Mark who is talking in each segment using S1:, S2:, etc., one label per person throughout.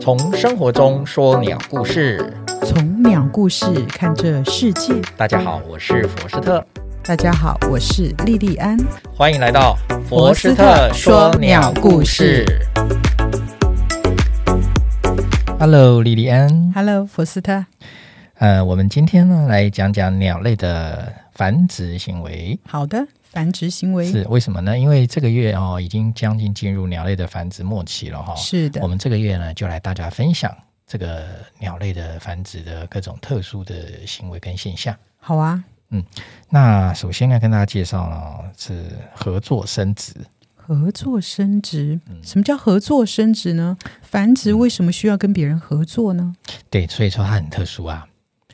S1: 从生活中说鸟故事。
S2: 从鸟故事看这世界。
S1: 大家好，我是佛斯特，
S2: 大家好，我是莉莉安。
S1: 欢迎来到
S2: 佛斯特说鸟故事。
S1: Hello，莉莉安。
S2: Hello，福斯特。
S1: 呃，我们今天呢来讲讲鸟类的繁殖行为。
S2: 好的，繁殖行为
S1: 是为什么呢？因为这个月哦，已经将近进入鸟类的繁殖末期了哈、哦。
S2: 是的
S1: 我，们这个月呢，就来大家分享这个鸟类的繁殖的各种特殊的行为跟现象。
S2: 好啊。
S1: 那首先呢，跟大家介绍呢是合作生殖。
S2: 合作生殖，
S1: 嗯
S2: 什么叫合作生殖呢？繁殖为什么需要跟别人合作呢？
S1: 对，所以说它很特殊啊。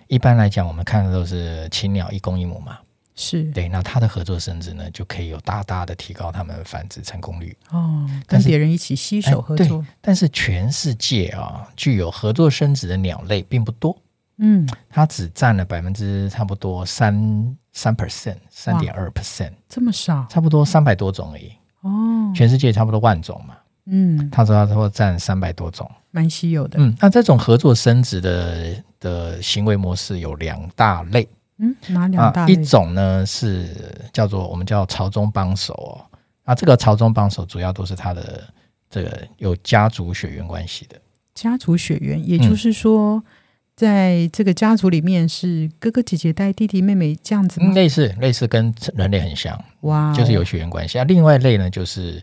S1: 一般来讲，我们看的都是青鸟一公一母嘛。
S2: 是
S1: 对，那它的合作生殖呢，就可以有大大的提高它们繁殖成功率。
S2: 哦，
S1: 但
S2: 跟
S1: 是哎
S2: 别人一起携手合作。
S1: 但是全世界啊、具有合作生殖的鸟类并不多，
S2: 嗯，
S1: 它只占了百分之差不多三三 percent，三点二 percent，
S2: 这么少
S1: 差不多三百多种而已。
S2: 哦。
S1: 全世界差不多万种嘛，
S2: 嗯，
S1: 它说它说占三百多种。
S2: 蛮稀有的。
S1: 嗯，那这种合作生殖的的行为模式有两大类
S2: 嗯，哪两大
S1: 啊，
S2: 类
S1: 一？种呢是叫做我们叫朝中帮手哦，那这个朝中帮手主要都是它的这个有家族血缘关系的，
S2: 家族血
S1: 嗯
S2: 缘，也就是说，在这个家族里面是哥哥姐姐带弟弟妹妹这样子吗？
S1: 嗯类似类似跟人类很像，
S2: 哇哦，
S1: 就是有血缘关系。啊，另外一类呢就是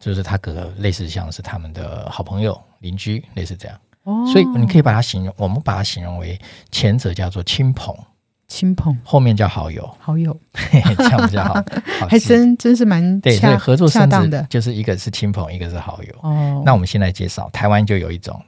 S1: 就是它可类似像是他们的好朋友、邻居，类似这样。
S2: 哦，
S1: 所以你可
S2: 以
S1: 以把它形容，我们把它形容为前者叫做亲朋，
S2: 哦亲朋
S1: 后面叫好友，
S2: 好友，
S1: 嘿嘿这样比较 好。好
S2: 还
S1: 记
S2: 真真是蛮
S1: 对，所以
S2: 恰
S1: 合作
S2: 恰
S1: 生
S2: 当
S1: 殖
S2: 的
S1: 就是一个是亲朋，一个是好友。
S2: 哦。
S1: 那我们先来介绍，台湾就有一种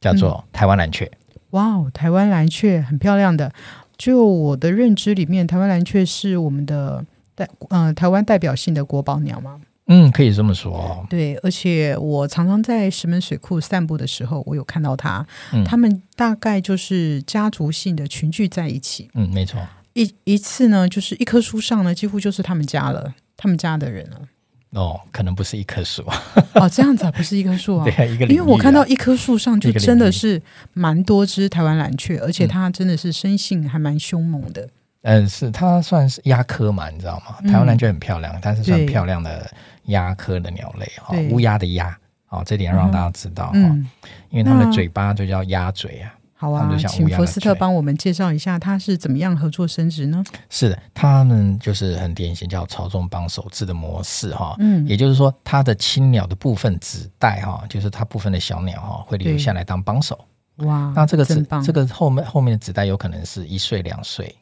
S1: 叫
S2: 嗯
S1: 做台湾蓝雀，
S2: 哇哦，台湾蓝雀很漂亮的。就我的认知里面，台湾蓝雀是我们的代呃台湾代表性的国宝鸟嘛。
S1: 嗯，可以这么说哦。
S2: 对，而且我常常在石门水库散步的时候，我有看到它。
S1: 嗯
S2: 它们大概就是家族性的群聚在一起，
S1: 嗯，没错，
S2: 一一次呢，就是一棵树上呢，几乎就是他们家了，他们家的人 了。
S1: 哦，可能不是一棵树啊，
S2: 哦，这样子啊，不是一棵树 啊
S1: 对。啊，一个领域啊、
S2: 因为我看到一棵树上就
S1: 一个领域
S2: 真的是蛮多只台湾蓝雀，而且它真的是生性还蛮凶猛的。
S1: 嗯，是它算是鸦科嘛，你知道吗？
S2: 嗯
S1: 台湾蓝雀很漂亮，它是算
S2: 对
S1: 漂亮的鸦科的鸟类哈、
S2: 对
S1: 乌鸦的鸦。哦，这点要让大家知道哈、
S2: 嗯，
S1: 因为它们的
S2: 那
S1: 嘴巴就叫鸭嘴啊。
S2: 好
S1: 哦他
S2: 啊
S1: 们就，像乌
S2: 请
S1: 鸦
S2: 佛
S1: 的
S2: 斯特
S1: 嘴
S2: 帮我们介绍一下它是怎么样合作生殖呢？
S1: 是的，它们就是很典型叫朝中帮手制的模式哈、
S2: 嗯，
S1: 哦也就是说，它的青鸟的部分子代哈，就是它部分的小鸟哈，会留
S2: 对
S1: 下来当帮手。
S2: 哇，
S1: 那这个
S2: 真
S1: 子
S2: 棒，
S1: 这个后面后面的子代有可能是一岁两岁，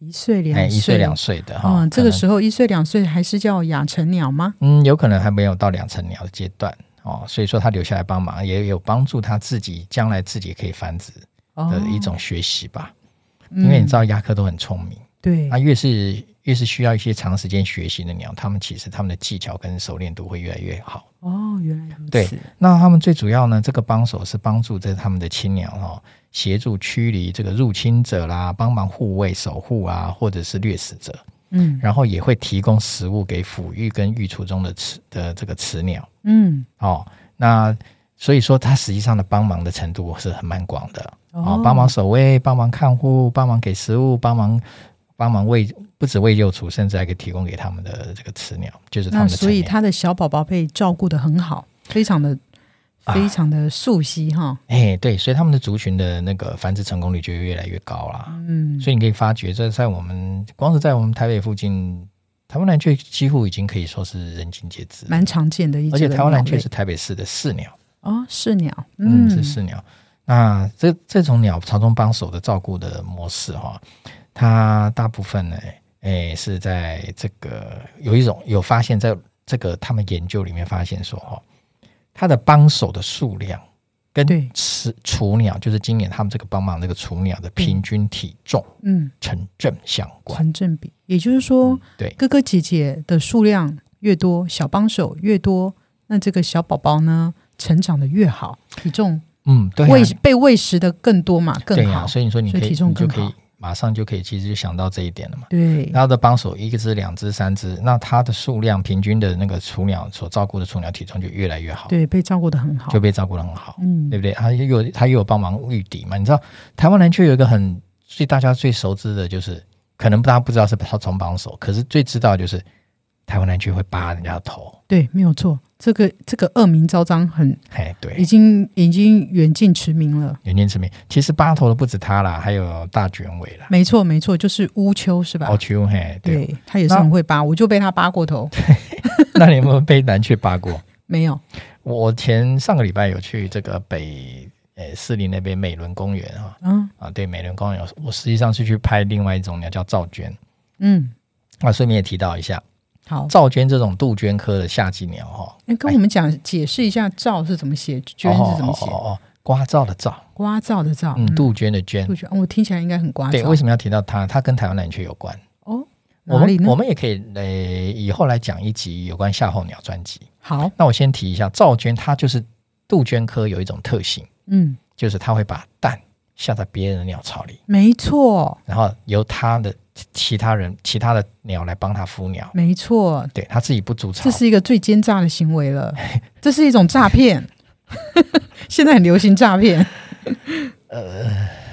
S2: 一岁两
S1: 哎，
S2: 岁，
S1: 一岁两岁的哈。
S2: 嗯，这个
S1: 可能
S2: 时候一岁两岁还是叫亚成鸟吗？
S1: 嗯，有可能还没有到两成鸟的阶段哦，所以说它留下来帮忙，也有帮助它自己将来自己可以繁殖
S2: 哦嗯
S1: 的一，种学习吧。因为你知
S2: 道，
S1: 道哎鸦科都很聪明，
S2: 对
S1: 那、，越是越是需要一些长时间学习的鸟，它们其实它们的技巧跟熟练度会越来越好。
S2: 哦，原来如
S1: 对
S2: 此，
S1: 那他们最主要呢，这个帮手是帮助这他们的青鸟哦，协助驱离这个入侵者啦，帮忙护卫、守护啊，或者是掠食者，
S2: 嗯
S1: 然后也会提供食物给抚育跟育雏中的雌的这个雌鸟
S2: 嗯，
S1: 哦。那所以说，它实际上的帮忙的程度是很蛮广的哦
S2: 哦，
S1: 帮忙守卫、帮忙看护、帮忙给食物、帮忙帮忙喂，不止喂幼雏，甚至还可以提供给他们的这个雌鸟，就是他
S2: 那
S1: 们的成
S2: 所以
S1: 年。
S2: 他的小宝宝被照顾的很好，非常的
S1: 啊
S2: 非常的熟悉哈，
S1: 哎，对，所以他们的族群的那个繁殖成功率就越来越高啦。
S2: 嗯，
S1: 所以你可以发觉，这在我们光是在我们台北附近，台湾蓝雀几乎已经可以说是人尽皆知，
S2: 蛮常见的一
S1: 而
S2: 只
S1: 且
S2: 的
S1: 台湾蓝
S2: 鸟
S1: 雀
S2: 类
S1: 是台北市的市鸟，
S2: 哦，是鸟，
S1: 嗯，是市鸟。那这这种鸟朝中帮手的照顾的模式哈、它大部分呢，诶、是在这个有一种有发现在这个他们研究里面发现说哈、它的帮手的数量跟
S2: 对
S1: 雌雏鸟，就是今年他们这个帮忙这个雏鸟的平均体重
S2: 嗯，
S1: 成正相关。
S2: 成正比，也就是说。
S1: 对，
S2: 哥哥姐姐的数量越多，小帮手越多，那这个小宝宝呢，成长的越好，体重
S1: 嗯，对、啊，
S2: 喂、被喂食的更多嘛，更
S1: 对呀、啊
S2: 好。
S1: 所以你说你
S2: 所以
S1: 可以，
S2: 体重
S1: 你就
S2: 更
S1: 可以
S2: 好，
S1: 马上就可以其实就想到这一点了嘛。
S2: 对，
S1: 它的帮手一只、两只、三只，那它的数量平均的那个雏鸟所照顾的雏鸟体重就越来越好，
S2: 对，被照顾的很好
S1: 就。被照顾得很好，
S2: 嗯
S1: 对，不对？它又有它又有帮忙御敌嘛。你知道台湾蓝雀有一个很最大家最熟知的就是，可能大家不知道是它从帮手，可是最知道的就是台湾蓝雀会扒人家的头。
S2: 对，没有错。这个这个恶名昭彰很，
S1: 哎，
S2: 已
S1: 对，
S2: 经已经远近驰名了。
S1: 远近驰名。其实扒头的不止它啦，还有大卷尾啦，
S2: 没错，没错，就是乌秋是吧？
S1: 奥丘嘿，哦对。
S2: 啊对他也是很会扒，我就被他扒过头。
S1: 那你有没有被蓝雀扒过？
S2: 没有，
S1: 我前上个礼拜有去这个北呃士林那边美伦公园啊
S2: 嗯
S1: 啊，对，美伦公园，我实际上是去拍另外一种鸟叫赵鹃
S2: 嗯，
S1: 啊，顺便也提到一下，
S2: 好，
S1: 赵鹃这种杜鹃科的夏季鸟哈，
S2: 那跟我们讲解释一下“照”是怎么写，“娟”是怎么写
S1: 哎哦，哦哦哦，瓜照的照，
S2: 瓜照的“照”，
S1: 嗯，杜鹃的鹃
S2: 杜，鹃，哦我听起来应该很瓜
S1: 对，为
S2: 照
S1: 什么要提到它？它跟台湾蓝雀有关。
S2: 哦。
S1: 我
S2: 哪里
S1: 们
S2: 呢
S1: 我？们也可以呃，以后来讲一集有关夏候鸟专辑。
S2: 好，
S1: 那我先提一下，赵鹃它就是杜鹃科有一种特性，
S2: 嗯，
S1: 就是它会把蛋下在别人的鸟巢里。
S2: 没错，
S1: 然后由他的其他人、其他的鸟来帮他孵鸟，
S2: 没错，
S1: 对他自己不筑巢
S2: 这。是一个最奸诈的行为 了，这是一种诈骗。 现在很流行诈骗，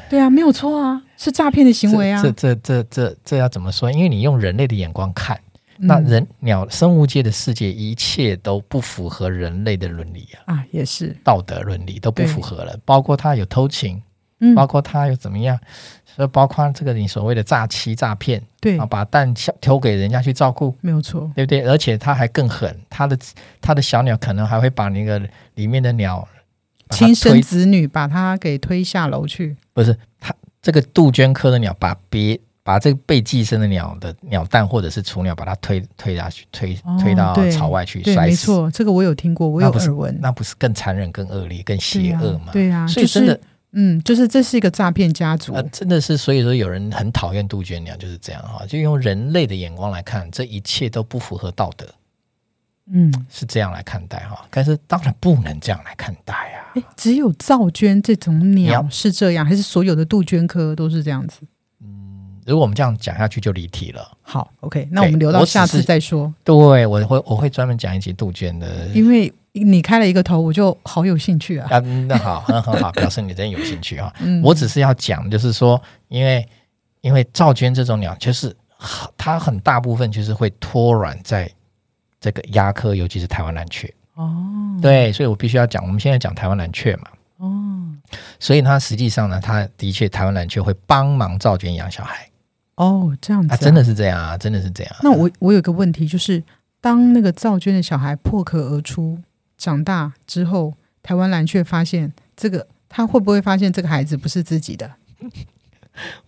S2: 对啊，没有错啊，是诈骗的行为啊
S1: 呃这。这这这这这要怎么说？因为你用人类的眼光看，
S2: 嗯
S1: 那人鸟生物界的世界，一切都不符合人类的伦理啊，
S2: 啊也是，
S1: 道德伦理都不
S2: 对
S1: 符合了，包括他有偷情，
S2: 嗯，
S1: 包括他有怎么样，所以包括这个你所谓的诈欺、诈骗，
S2: 对
S1: 然后，把蛋下丢给人家去照顾，
S2: 没有错，
S1: 对不对？而且他还更狠，他的他的小鸟可能还会把那个里面的鸟把它
S2: 亲生
S1: 推
S2: 子女把他给推下楼去，
S1: 不是它这个杜鹃科的鸟把别把这个被寄生的鸟的鸟蛋或者是雏鸟把它推推下去，推
S2: 哦
S1: 推到
S2: 对
S1: 朝外去
S2: 对，
S1: 摔
S2: 没
S1: 死，
S2: 错，这个我有听过，我
S1: 那
S2: 有
S1: 不是
S2: 耳闻，
S1: 那不是更残忍、更恶劣、更
S2: 对
S1: 邪
S2: 啊
S1: 恶吗？
S2: 对啊，
S1: 所以真的
S2: 就是，嗯，就是这是一个诈骗家族
S1: 呃，，真的是，所以说有人很讨厌杜鹃鸟，就是这样哈，就用人类的眼光来看，这一切都不符合道德，
S2: 嗯，
S1: 是这样来看待哈。但是当然不能这样来看待啊，
S2: 诶只有赵鹃这种鸟
S1: 鸟
S2: 是这样，还是所有的杜鹃科都是这样子？
S1: 如果我们这样讲下去就离题了。
S2: 好，OK，那
S1: 对
S2: 我们留到
S1: 我只
S2: 下次
S1: 是
S2: 再说，
S1: 对，我会我会专门讲一集杜鹃的
S2: 因为你开了一个头，我就好有兴 趣啊。
S1: 啊，那好，很很 好，表示你真有兴趣啊。
S2: 嗯，
S1: 我只是要讲，就是说，因为因为赵鹃这种鸟，就是它很大部分就是会脱卵在这个鸦科，尤其是台湾蓝雀。
S2: 哦
S1: 对，所以我必须要讲，我们现在讲台湾蓝雀嘛，
S2: 哦
S1: 所以它实际上呢，它的确台湾蓝雀会帮忙赵鹃养小孩，
S2: 哦，这样子、
S1: 啊，真。的是这样啊，真的是这样啊。
S2: 那我我有个问题，就是当那个赵娟的小孩破壳而出，长大之后，台湾蓝雀发现这个，他会不会发现这个孩子不是自己的？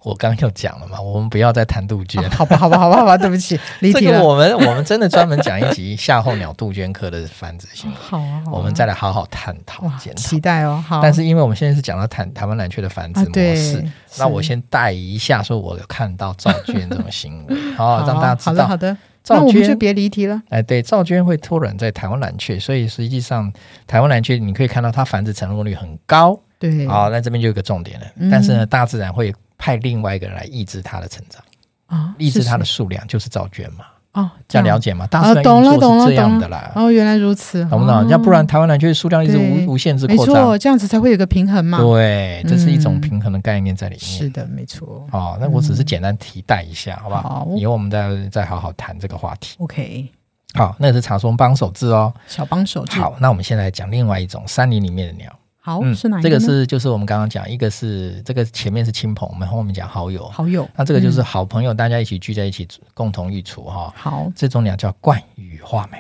S1: 我刚刚又讲了嘛，我们不要再谈杜鹃
S2: 啊。好吧，好吧，好吧，好吧，对不起，离
S1: 这
S2: 题
S1: 个
S2: 了。
S1: 我们 我们真的专门讲一集夏候鸟杜鹃科的繁殖行为，
S2: 好啊，好啊
S1: 我们再来好好探讨
S2: 哇，
S1: 检讨
S2: 期。待哦。好，
S1: 但是因为我们现在是讲到台台湾蓝雀的繁殖
S2: 啊，
S1: 模式，
S2: 对，
S1: 那我
S2: 是
S1: 先带一下，说我有看到赵娟这种行 为，好、
S2: 好
S1: 哦让大家
S2: 好
S1: 知
S2: 的，好
S1: 道
S2: 的，那
S1: 赵
S2: 我们就
S1: 娟。
S2: 别离题了。
S1: 哎，对，赵娟会脱卵在台湾蓝雀，所以实际上台湾蓝雀你可以看到它繁殖成功率很高。
S2: 对，
S1: 好、那这边就有一个重点了，
S2: 嗯
S1: 但是呢，大自然会派另外一个人来抑制它的成长，
S2: 啊，
S1: 抑制
S2: 是
S1: 它的
S2: 谁
S1: 数量，就是赵娟嘛，
S2: 哦，
S1: 这样了
S2: 解。
S1: 解吗？大自然
S2: 懂了
S1: 运
S2: 懂
S1: 作
S2: 了
S1: 是这样
S2: 懂
S1: 的啦，
S2: 哦，原来如此，
S1: 懂不懂？要不然
S2: 哦
S1: 台湾蓝雀的数量一直
S2: 对
S1: 无无限制
S2: 没
S1: 扩张
S2: 错，，这样子才会有一个平衡嘛。
S1: 对，这是一种
S2: 嗯
S1: 平衡的概念在里面。
S2: 是的，没错。
S1: 哦，那我只是简单提带一下，好不好？
S2: 好
S1: 以后我们再再好好谈这个话题。
S2: ，OK，
S1: 好，那是茶松帮手制哦。
S2: 小帮手制。
S1: 好，那我们现在讲另外一种山林里面的鸟，嗯
S2: 好，哦是哪一
S1: 这
S2: 个
S1: 个
S2: 呢
S1: 是就是我们刚刚讲，一个是这个前面是亲朋，我们后面讲好友，
S2: 好友，
S1: 那这个就是
S2: 嗯
S1: 好朋友，大家一起聚在一起共同御厨哈、
S2: 好
S1: 这种鸟叫冠羽画眉，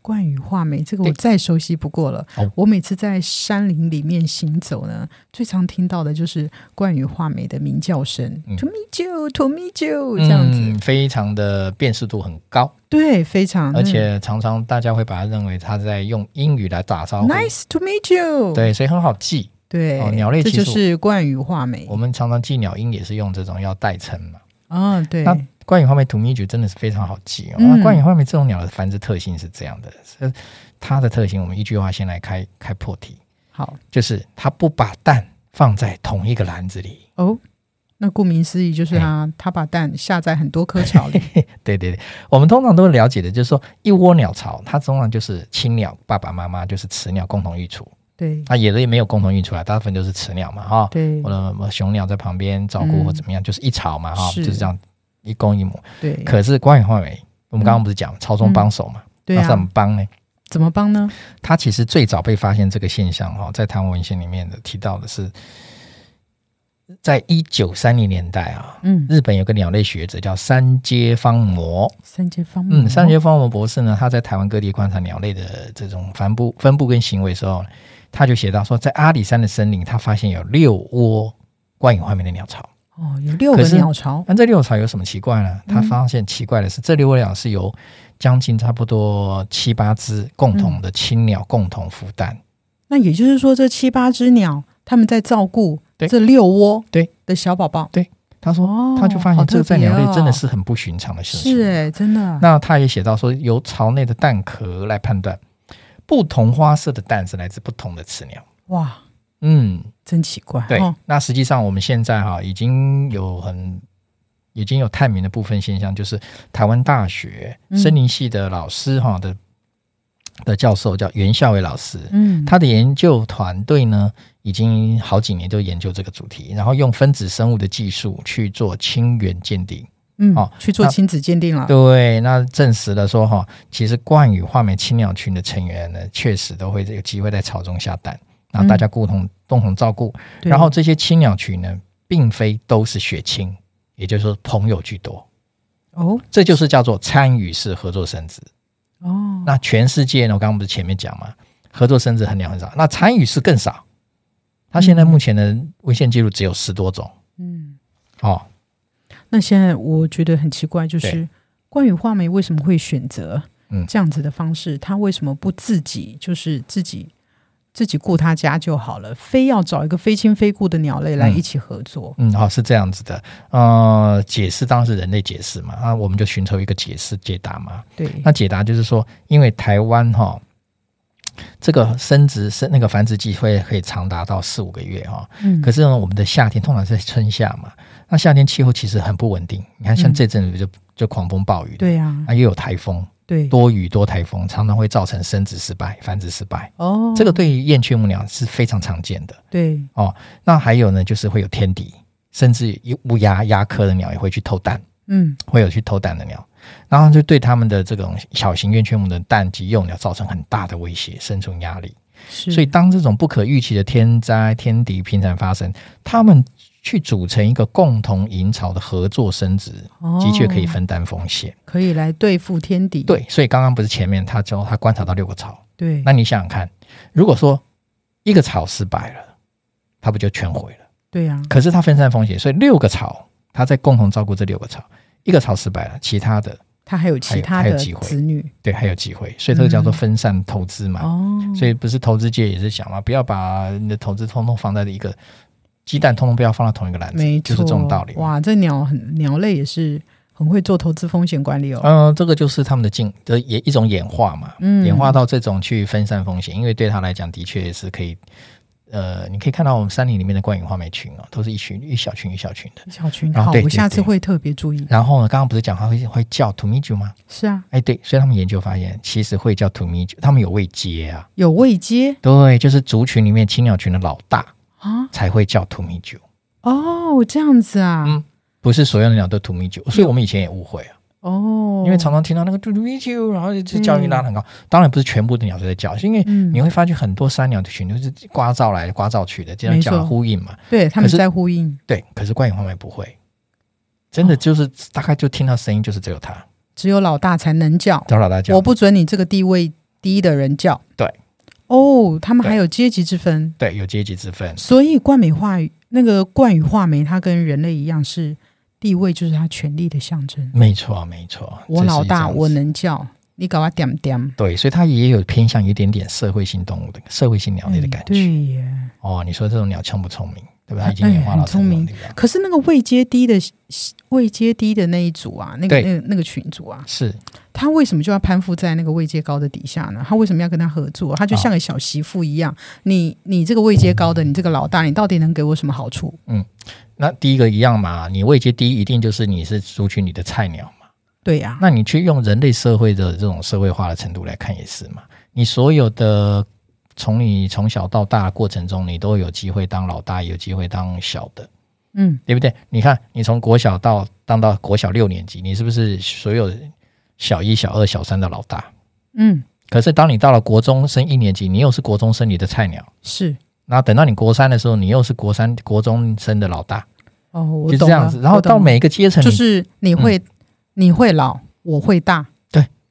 S2: 冠羽画眉，这个我
S1: 对
S2: 再熟悉不过了
S1: 哦。
S2: 我每次在山林里面行走呢，最常听到的就是冠羽画眉的鸣叫声
S1: 嗯
S2: ，tomijo tomijo 哦这样子。
S1: 嗯非常的辨识度很高，
S2: 对，非常，
S1: 而且常常大家会把它认为它在用英语来打招
S2: 嗯
S1: 呼
S2: nice to meet you。
S1: 对，所以很好记。
S2: 对，
S1: 哦鸟类
S2: 这
S1: 其
S2: 就
S1: 实我
S2: 是冠羽画眉
S1: 我。们常常记鸟音也是用这种要代称嘛。
S2: 啊，对，
S1: 那冠羽画眉土蜜菊真的是非常好记哦。
S2: 嗯
S1: 那冠羽画眉这种鸟的繁殖特性是这样的，是它的特性，我们一句话先来开开破题，
S2: 好
S1: 就是它不把蛋放在同一个篮子里。
S2: 哦，那顾名思义，就是它它把蛋下在很多颗 巢里。
S1: 对对对，我们通常都了解的，就是说一窝鸟巢，它通常就是亲鸟爸爸妈妈就是雌鸟共同育雏，
S2: 对
S1: 啊，野的也没有共同育雏啦，大部分都是雌鸟嘛哈、
S2: 对
S1: 我的我雄鸟在旁边照顾
S2: 嗯
S1: 或怎么样，就是一巢嘛哈、
S2: 是
S1: 就是这样一公一母。
S2: 对，
S1: 可是关于换尾，我们刚刚不是讲巢中帮手嘛？
S2: 对
S1: 那怎
S2: 啊
S1: 么，帮呢？
S2: 怎么帮呢？
S1: 它其实最早被发现这个现象哈、在台湾文献里面的提到的是，在一九三零年代啊，
S2: 嗯，
S1: 日本有个鸟类学者叫三阶方模，
S2: 三阶方面，哦
S1: 嗯，三阶方模博士呢，他在台湾各地观察鸟类的这种分布、分布跟行为的时候，他就写到说，在阿里山的森林，他发现有六窝观影画面的鸟巢。
S2: 哦，有六个
S1: 可是
S2: 鸟巢，
S1: 那这六巢有什么奇怪呢？
S2: 嗯
S1: 他发现奇怪的是，这六窝鸟是由将近差不多七八只共同的亲鸟共同孵蛋。
S2: 那也就是说，这七八只鸟，它们在照顾
S1: 对
S2: 这六窝
S1: 对
S2: 的小宝宝。
S1: 他说，
S2: 哦，
S1: 他就发
S2: 好
S1: 现
S2: 特
S1: 这在
S2: 别
S1: 鸟类
S2: 哦
S1: 真的是很不寻常的事情。
S2: 是哎，真的。
S1: 那他也写到说，由巢内的蛋壳来判断，不同花色的蛋是来自不同的雌鸟。
S2: 哇，
S1: 嗯，
S2: 真奇怪。
S1: 对。
S2: 哦
S1: 那实际上我们现在哈、已经有很已经有探明的部分现象，就是台湾大学
S2: 嗯
S1: 森林系的老师哈、的的教授叫袁孝伟老师。
S2: 嗯，
S1: 他的研究团队呢，已经好几年都研究这个主题，然后用分子生物的技术去做亲缘鉴定。
S2: 嗯
S1: 哦
S2: 去做
S1: 那
S2: 亲子鉴定了。
S1: 对，那证实了说哈，其实冠羽画眉青鸟群的成员呢，确实都会有机会在巢中下蛋，然后大
S2: 嗯
S1: 家共同、共同照顾。
S2: 对
S1: 然后这些青鸟群呢，并非都是血亲，也就是说朋友居多，
S2: 哦
S1: 这就是叫做参与式合作生殖。
S2: 哦，
S1: 那全世界呢，我刚刚不是前面讲嘛，合作生殖很鸟很少，那参与式更少。它现在目前的文献记录只有十多种
S2: 嗯，
S1: 哦，
S2: 那现在我觉得很奇怪，就是
S1: 对
S2: 关羽画眉为什么会选择
S1: 嗯
S2: 这样子的方式？他为什么不自己就是自己自己顾他家就好了，非要找一个非亲非故的鸟类来
S1: 嗯
S2: 一起合作？
S1: 嗯，好，是这样子的。呃，解释当然是人类解释嘛，啊那我们就寻求一个解释解答嘛。
S2: 对，
S1: 那解答就是说，因为台湾哈、这个生殖生那个繁殖季会可以长达到四五个月哈、
S2: 嗯
S1: 可是呢，我们的夏天通常是春夏嘛，那夏天气候其实很不稳定。你看，像这阵子就、就狂风暴雨，，
S2: 嗯对呀，
S1: 啊又有台风，
S2: 对
S1: 多雨多台风，常常会造成生殖失败、繁殖失败。
S2: 哦，
S1: 这个对于燕雀母鸟是非常常见的。
S2: 对
S1: 那还有呢，就是会有天敌，甚至有乌鸦、鸦科的鸟也会去偷蛋，
S2: 嗯
S1: 会有去偷蛋的鸟，然后就对它们的这种小型圆圈母的蛋及幼鸟造成很大的威胁、生存压力。
S2: 是，
S1: 所以，当这种不可预期的天灾、天敌频繁发生，它们去组成一个共同营巢的合作生殖，的确可以
S2: 哦
S1: 分担风险。
S2: 可以来对付天敌。
S1: 对，所以刚刚不是前面他教他观察到六个巢，
S2: 对，
S1: 那你想想看，如果说一个巢失败了，它不就全毁了？
S2: 对啊呀，
S1: 可是它分散风险，所以六个巢，它在共同照顾这六个巢，一个巢失败了，其他的
S2: 他还有其
S1: 还有
S2: 他
S1: 还有
S2: 的
S1: 机会
S2: 子女
S1: 对还有机会，所以这个叫做分散投资嘛。
S2: 哦，
S1: 所以不是投资界也是讲嘛，不要把你的投资通通放在一个鸡蛋，通通不要放在同一个篮子
S2: 没，
S1: 就
S2: 错，
S1: 是这种道理。啊
S2: 哇，这鸟很鸟类也是很会做投资风险管理哦。
S1: 嗯、这个就是他们的进的也一种演化嘛，
S2: 嗯
S1: 演化到这种去分散风险，因为对他来讲的确是可以。呃，你可以看到我们山林里面的观影画眉群哦，都是一群一小群一小群的。
S2: 小群，
S1: 啊
S2: 好，
S1: 对
S2: 我
S1: 对
S2: 下次
S1: 对
S2: 会特别注意。
S1: 然后呢，刚刚不是讲它会会叫 to meet you 吗？
S2: 是啊，
S1: 哎，对，所以他们研究发现，其实会叫土米酒，他们有位阶啊，
S2: 有位阶
S1: 对，就是族群里面青鸟群的老大
S2: 啊，
S1: 才会叫土米酒，
S2: 哦，这样子啊，
S1: 嗯不是所有的鸟都土米酒，所以我们以前也误会啊，
S2: 嗯哦，
S1: 因为常常听到那个土米酒，然后就叫
S2: 嗯
S1: 音拉得很高，当然不是全部的鸟都在叫，是因为
S2: 嗯
S1: 你，会发现很多山鸟的群都是刮噪来刮噪去的，这样
S2: 没错
S1: 叫呼应嘛，
S2: 对他们
S1: 可是
S2: 在呼应，
S1: 对，可是观影画面不会。真的就是、大概就听到声音，就是只有它，
S2: 只有老大才能叫，
S1: 找老大叫
S2: 我。不准你这个地位低的人叫。
S1: 对，
S2: 哦，他们
S1: 对
S2: 还有阶级之分，
S1: 对，有阶级之分。
S2: 所以冠美化那个冠羽画眉，它跟人类一样是地位，就是它权力的象征。
S1: 没错，没错。这
S2: 我
S1: 是
S2: 老
S1: 一
S2: 大，
S1: 种
S2: 我能叫你，搞我点点。
S1: 对，所以它也有偏向一点点社会性动物的社会性鸟类的感
S2: 哎对
S1: 觉。
S2: 耶，
S1: 哦，你说这种鸟聪不聪明？对吧？它已经演化到
S2: 很聪
S1: 成
S2: 明
S1: 功率了。
S2: 可是那个位阶低的位阶低的那一组啊，那个
S1: 对
S2: 那个那个群组啊，
S1: 是
S2: 他为什么就要攀附在那个位阶高的底下呢？他为什么要跟他合作？他就像个小媳妇一样，你你这个位阶高的，你这个老大，你到底能给我什么好处？
S1: 那第一个一样嘛，你位阶低，一定就是你是族群里的菜鸟嘛。
S2: 对呀、
S1: 那你去用人类社会的这种社会化的程度来看也是嘛，你所有的从你从小到大的过程中，你都有机会当老大，也有机会当小的，
S2: 嗯，
S1: 对不对？你看，你从国小到当到国小六年级，你是不是所有小一、小二、小三的老大？
S2: 嗯，
S1: 可是当你到了国中升一年级，你又是国中生里的菜鸟。
S2: 是
S1: 然后等到你国三的时候，你又是国三国中生的老大，
S2: 哦，我
S1: 就是
S2: 懂
S1: 这样
S2: 了
S1: 子。然后
S2: 我懂啊
S1: 到
S2: 了
S1: 每一个阶层，
S2: 就是你会、
S1: 嗯
S2: 你会老，我会大，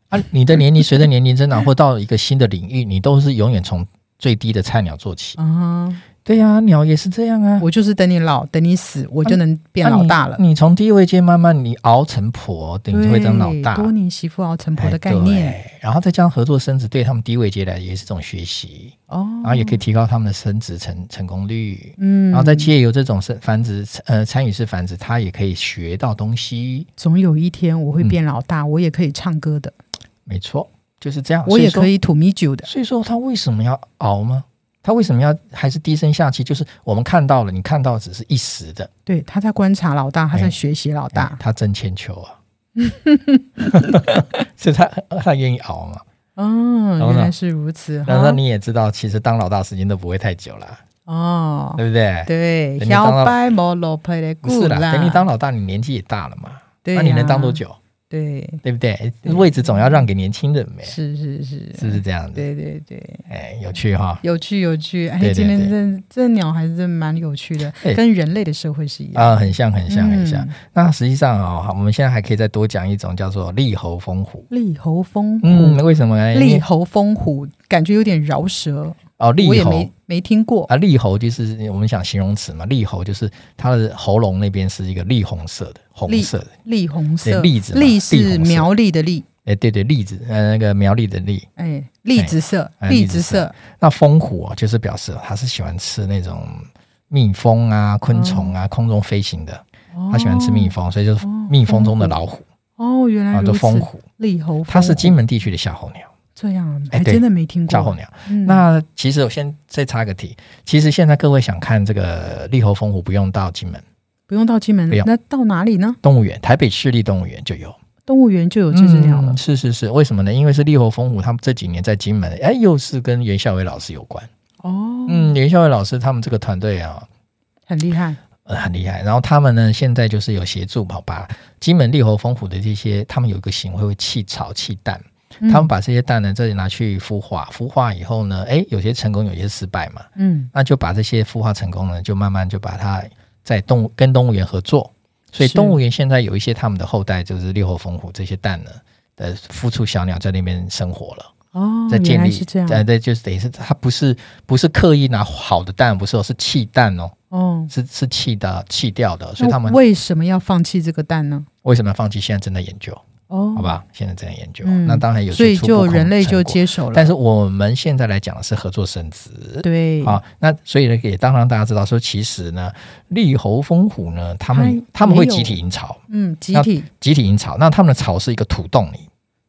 S1: 啊，你的年龄随着年龄增长，或到一个新的领域，你都是永远从最低的菜鸟做起。
S2: 啊、
S1: 对呀、鸟也是这样啊，
S2: 我就是等你老，等你死，我就能变
S1: 啊
S2: 老
S1: 你
S2: 大了。
S1: 你从低位阶慢慢你熬成婆，等于会当老大。
S2: 多年媳妇熬成婆
S1: 哎
S2: 的概念、
S1: 对然后再加上合作生子，对他们低位阶来也是一种学习，
S2: 哦，
S1: 然后也可以提高他们的生殖成成功率。
S2: 嗯，
S1: 然后再借由这种是繁殖，呃，参与式繁殖，他也可以学到东西。
S2: 总有一天我会变老大，我也可以唱歌的，
S1: 没错，就是这样。
S2: 我也可
S1: 以
S2: 啊以吐米酒的。
S1: 所以说。所以说他为什么要熬吗？他为什么要还是低声下气？就是我们看到了，你看到只是一时的，
S2: 对，他在观察老大，他在
S1: 哎
S2: 学习老
S1: 哎
S2: 大。
S1: 他真千秋 啊， 所以他他愿意熬嘛。
S2: 嗯，
S1: 然后
S2: 原
S1: 呢
S2: 来是如此
S1: 然后
S2: 啊哈。
S1: 你也知道，其实当老大时间都不会太久啦，
S2: 哦，
S1: 对不对？
S2: 对，
S1: 等你当
S2: 摇
S1: 到
S2: 摆摩罗佩的
S1: 不是
S2: 故
S1: 啦，
S2: 啦，
S1: 等你当老大，你年纪也大了嘛，
S2: 对、
S1: 那你能当多？久？
S2: 对，
S1: 对不对？
S2: 对
S1: 位置总要让给年轻人呗，
S2: 是是是，
S1: 是不是这样子？
S2: 对对对。
S1: 哎，有趣哈、
S2: 有趣有趣，哎，
S1: 对对
S2: 今天
S1: 对
S2: 这这鸟还是蛮有趣的，
S1: 哎
S2: 跟人类的社会是一样，
S1: 啊，很像，很像，很像。
S2: 嗯。
S1: 那实际上啊、我们现在还可以再多讲一种叫做立猴风虎。
S2: 立猴风虎，
S1: 嗯，为什么呢？因
S2: 立
S1: 为
S2: 猴风虎，感觉有点饶舌，
S1: 哦，
S2: 我
S1: 立
S2: 也
S1: 猴
S2: 没没听过。
S1: 啊，立猴就是我们讲形容词嘛，立猴就是它的喉咙那边是一个栗红色的，红色的，
S2: 栗红色，
S1: 对栗子嘛
S2: 栗
S1: 栗
S2: 是
S1: 红色
S2: 苗栗的栗，
S1: 哎，对对，栗子，呃，那个苗栗的栗。
S2: 哎，栗子色，
S1: 哎
S2: 栗
S1: 栗
S2: 子
S1: 子色
S2: 色，
S1: 那风虎哦，就是表示它是喜欢吃那种蜜蜂啊、昆
S2: 哦
S1: 虫啊、空中飞行的，它喜欢吃蜜蜂，所以就是
S2: 哦
S1: 蜜蜂中的
S2: 风
S1: 老虎
S2: 哦，原来
S1: 啊，
S2: 如
S1: 就
S2: 此，
S1: 风虎，
S2: 栗猴风虎，
S1: 它是金门地区的夏候鸟，
S2: 这样，
S1: 哎
S2: 还
S1: 对
S2: 真的没听
S1: 夏候
S2: 过。
S1: 鸟。
S2: 嗯
S1: 那其实我先再插个题，其实现在各位想看这个立猴风虎，不用到金门
S2: 不用到金门
S1: 不，用
S2: 那到哪里呢？
S1: 动物园，台北市立动物园就有。
S2: 动物哦园就有这只鸟了
S1: 嗯。是是是，为什么呢？因为是立猴风虎，他们这几年在金门，哎，又是跟袁孝伟老师有关。
S2: 哦，
S1: 嗯，袁孝伟老师他们这个团队啊、
S2: 很厉害。
S1: 呃很厉害。然后他们呢，现在就是有协助，好把金门立猴风虎的这些，他们有一个行为会弃巢弃蛋，
S2: 嗯
S1: 他们把这些蛋呢，这里拿去孵化，孵化以后呢，哎，有些成功，有些失败嘛，
S2: 嗯，
S1: 那就把这些孵化成功呢，就慢慢就把它在动物跟动物园合作。所以
S2: 是
S1: 动物园现在有一些他们的后代就是烈猴风虎这些蛋呢，呃，孵出小鸟在那边生活了，
S2: 哦，
S1: 在
S2: 原
S1: 建
S2: 来
S1: 立，
S2: 是这样。
S1: 呃，对，就是等于是它不是不是刻意拿好的蛋，不是哦，是弃蛋哦，
S2: 哦，
S1: 是是弃的弃掉的，所以他们
S2: 那为什么要放弃这个蛋呢？
S1: 为什么要放弃？现在正在研究，
S2: 哦，
S1: 好，吧，现在正在研究，
S2: 嗯
S1: 那当然有
S2: 所以
S1: 些初步
S2: 就
S1: 控
S2: 人类就
S1: 成果，
S2: 接手了。
S1: 但是我们现在来讲的是合作生殖，
S2: 对，
S1: 啊，那所以呢，也当让大家知道说，其实呢，绿猴风虎呢，他们
S2: 它
S1: 他们会
S2: 也哎有
S1: 集体营巢，
S2: 嗯，集
S1: 那
S2: 体。
S1: 集体营巢。那他们的巢是一个土洞里，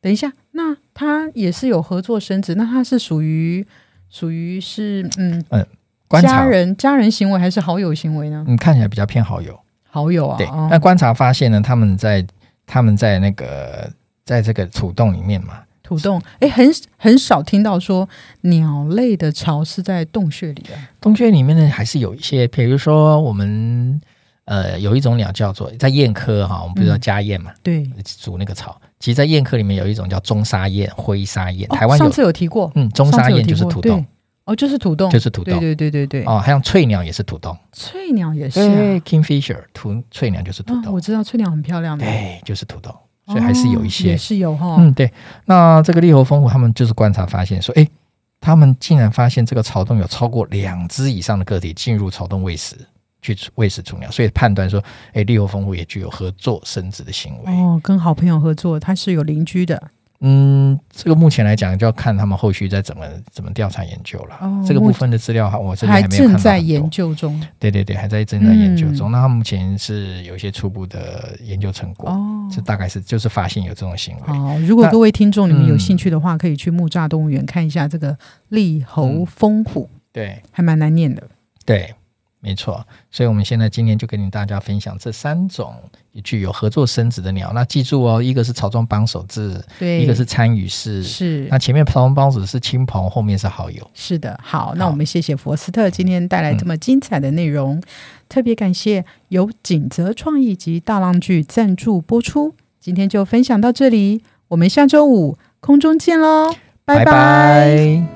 S2: 等一下，那它也是有合作生殖，那它是属于属于是嗯
S1: 观
S2: 家
S1: 察，
S2: 人家人行为还是好友行为呢？
S1: 嗯，看起来比较偏好友。
S2: 好友啊，
S1: 对，
S2: 哦
S1: 那观察发现呢，他们在他们在那个在这个土洞里面嘛，
S2: 土洞，哎，很很少听到说鸟类的巢是在洞穴里的。
S1: 洞穴里面呢，还是有一些，比如说我们呃有一种鸟叫做在燕科哈，我们不是叫
S2: 嗯
S1: 家燕嘛，
S2: 对，
S1: 煮那个巢。其实，在燕科里面有一种叫中沙燕、灰沙燕，
S2: 哦
S1: 台湾有、
S2: 上次有提过，
S1: 嗯，中
S2: 上
S1: 沙
S2: 次有
S1: 燕
S2: 提
S1: 就是
S2: 过
S1: 土
S2: 对
S1: 洞，
S2: 哦，就是土洞，
S1: 就是土洞。
S2: 对对对对对。
S1: 哦，还有翠鸟也是土豆，
S2: 翠鸟也是啊
S1: 对，Kingfisher 土翠鸟就是土
S2: 啊，
S1: 豆，
S2: 我知道翠鸟很漂亮的，
S1: 对，就是土豆，所以还是有一
S2: 哦
S1: 些
S2: 也，是有哈。
S1: 嗯，对。那这个猎猴蜂虎他们就是观察发现说，哎，他们竟然发现这个巢洞有超过两只以上的个体进入巢洞喂食，去喂食雏鸟，所以判断说，哎，猎猴蜂虎也具有合作生殖的行为。
S2: 哦哦，跟好朋友合作，他是有邻居的，
S1: 嗯，这个目前来讲就要看他们后续再怎么怎么调查研究了。
S2: 哦
S1: 这个
S2: 目
S1: 部分的资料哈，我这里没
S2: 还
S1: 有看
S2: 正
S1: 到
S2: 在
S1: 很多
S2: 研究中
S1: 对对对，还在正在研究
S2: 嗯
S1: 中。那他目前是有一些初步的研究成果，
S2: 哦。
S1: 这大概是就是发现有这种行为。
S2: 好，如果
S1: 那
S2: 各位听众你们有
S1: 嗯嗯
S2: 兴趣的话，可以去木栅动物园看一下这个立猴风虎，
S1: 对
S2: 还蛮难念的。
S1: 对，没错。所以我们现在今天就跟大家分享这三种具有合作生殖的鸟。那记住哦，一个是草状帮手制，
S2: 对，
S1: 一个是参与式。
S2: 是
S1: 那前面草状帮手是亲朋，后面是好友。
S2: 是的，好，那
S1: 好
S2: 我们谢谢佛斯特今天带来
S1: 嗯
S2: 这么精彩的内容，特别感谢由锦泽创意及大浪剧赞助播出。今天就分享到这里，我们下周五空中见喽，拜
S1: 拜拜